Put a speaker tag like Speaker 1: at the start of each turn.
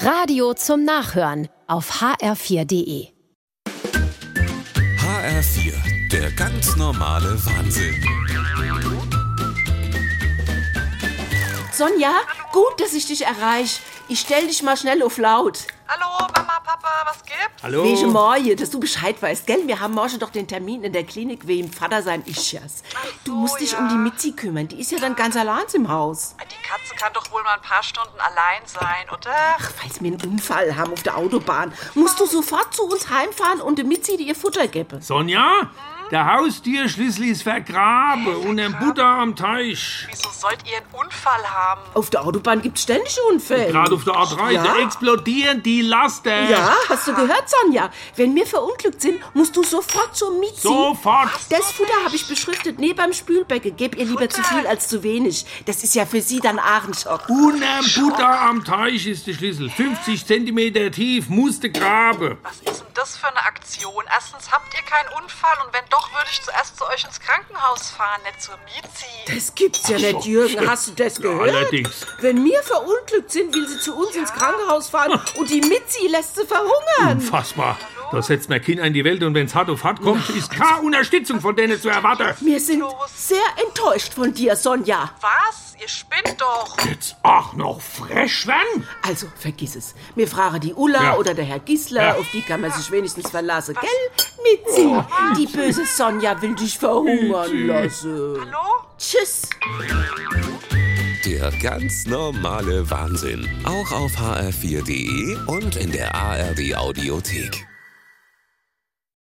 Speaker 1: Radio zum Nachhören auf hr4.de.
Speaker 2: HR4, der ganz normale Wahnsinn.
Speaker 3: Sonja, gut, dass ich dich erreiche. Ich stell dich mal schnell auf laut.
Speaker 4: Hallo, Mama, Papa, was gibt's?
Speaker 5: Hallo?
Speaker 3: Wegen Morgen, dass du Bescheid weißt, gell? Wir haben morgen doch den Termin in der Klinik wegen Vater sein Ischias. Du musst dich um die Mitzi kümmern. Die ist ja dann ganz allein im Haus.
Speaker 4: Die Katze kann doch wohl mal ein paar Stunden allein sein, oder?
Speaker 3: Ach, falls wir einen Unfall haben auf der Autobahn, musst du sofort zu uns heimfahren und der Mitzi dir ihr Futter geben.
Speaker 5: Sonja? Der Haustierschlüssel ist vergraben und ein Butter am Teich.
Speaker 4: Wieso sollt ihr einen Unfall haben?
Speaker 3: Auf der Autobahn gibt's ständig Unfälle.
Speaker 5: Gerade auf der A3,
Speaker 3: Ja.
Speaker 5: da explodieren die Laster.
Speaker 3: ja, hast du gehört, Sonja? Wenn wir verunglückt sind, musst du sofort zur Mitzi.
Speaker 5: Sofort.
Speaker 3: Das Futter habe ich beschriftet neben beim Spülbecken. Geb ihr lieber zu viel als zu wenig. Das ist ja für sie dann Ahrenschock.
Speaker 5: Unter dem Butter am Teich ist der Schlüssel. 50 Zentimeter tief, musste graben.
Speaker 4: Was ist denn das für eine Aktion? Erstens habt ihr keinen Unfall und wenn doch, würde ich zuerst zu euch ins Krankenhaus fahren, nicht zur Miezi.
Speaker 3: Das gibt's ja nicht, Jürgen. Hast du das gehört?
Speaker 5: allerdings.
Speaker 3: Wenn wir verunglückt sind, will sie zu uns ins Krankenhaus fahren und die Mitzi lässt sie verhungern.
Speaker 5: Unfassbar. Da setzt mein Kind an die Welt und wenn's hart auf hart kommt, ist keine Unterstützung von denen zu erwarten.
Speaker 3: Wir sind sehr enttäuscht von dir, Sonja.
Speaker 4: Was? Ihr spinnt doch.
Speaker 5: Jetzt auch noch fresh werden?
Speaker 3: Also, vergiss es. Wir fragen die Ulla
Speaker 5: Ja.
Speaker 3: oder der Herr Gisler,
Speaker 5: Ja.
Speaker 3: auf die kann man sich wenigstens verlassen, gell? Mitzi, die böse Sonja will dich verhungern lassen.
Speaker 4: Hallo?
Speaker 3: Tschüss.
Speaker 2: Der ganz normale Wahnsinn. Auch auf hr4.de und in der ARD Audiothek.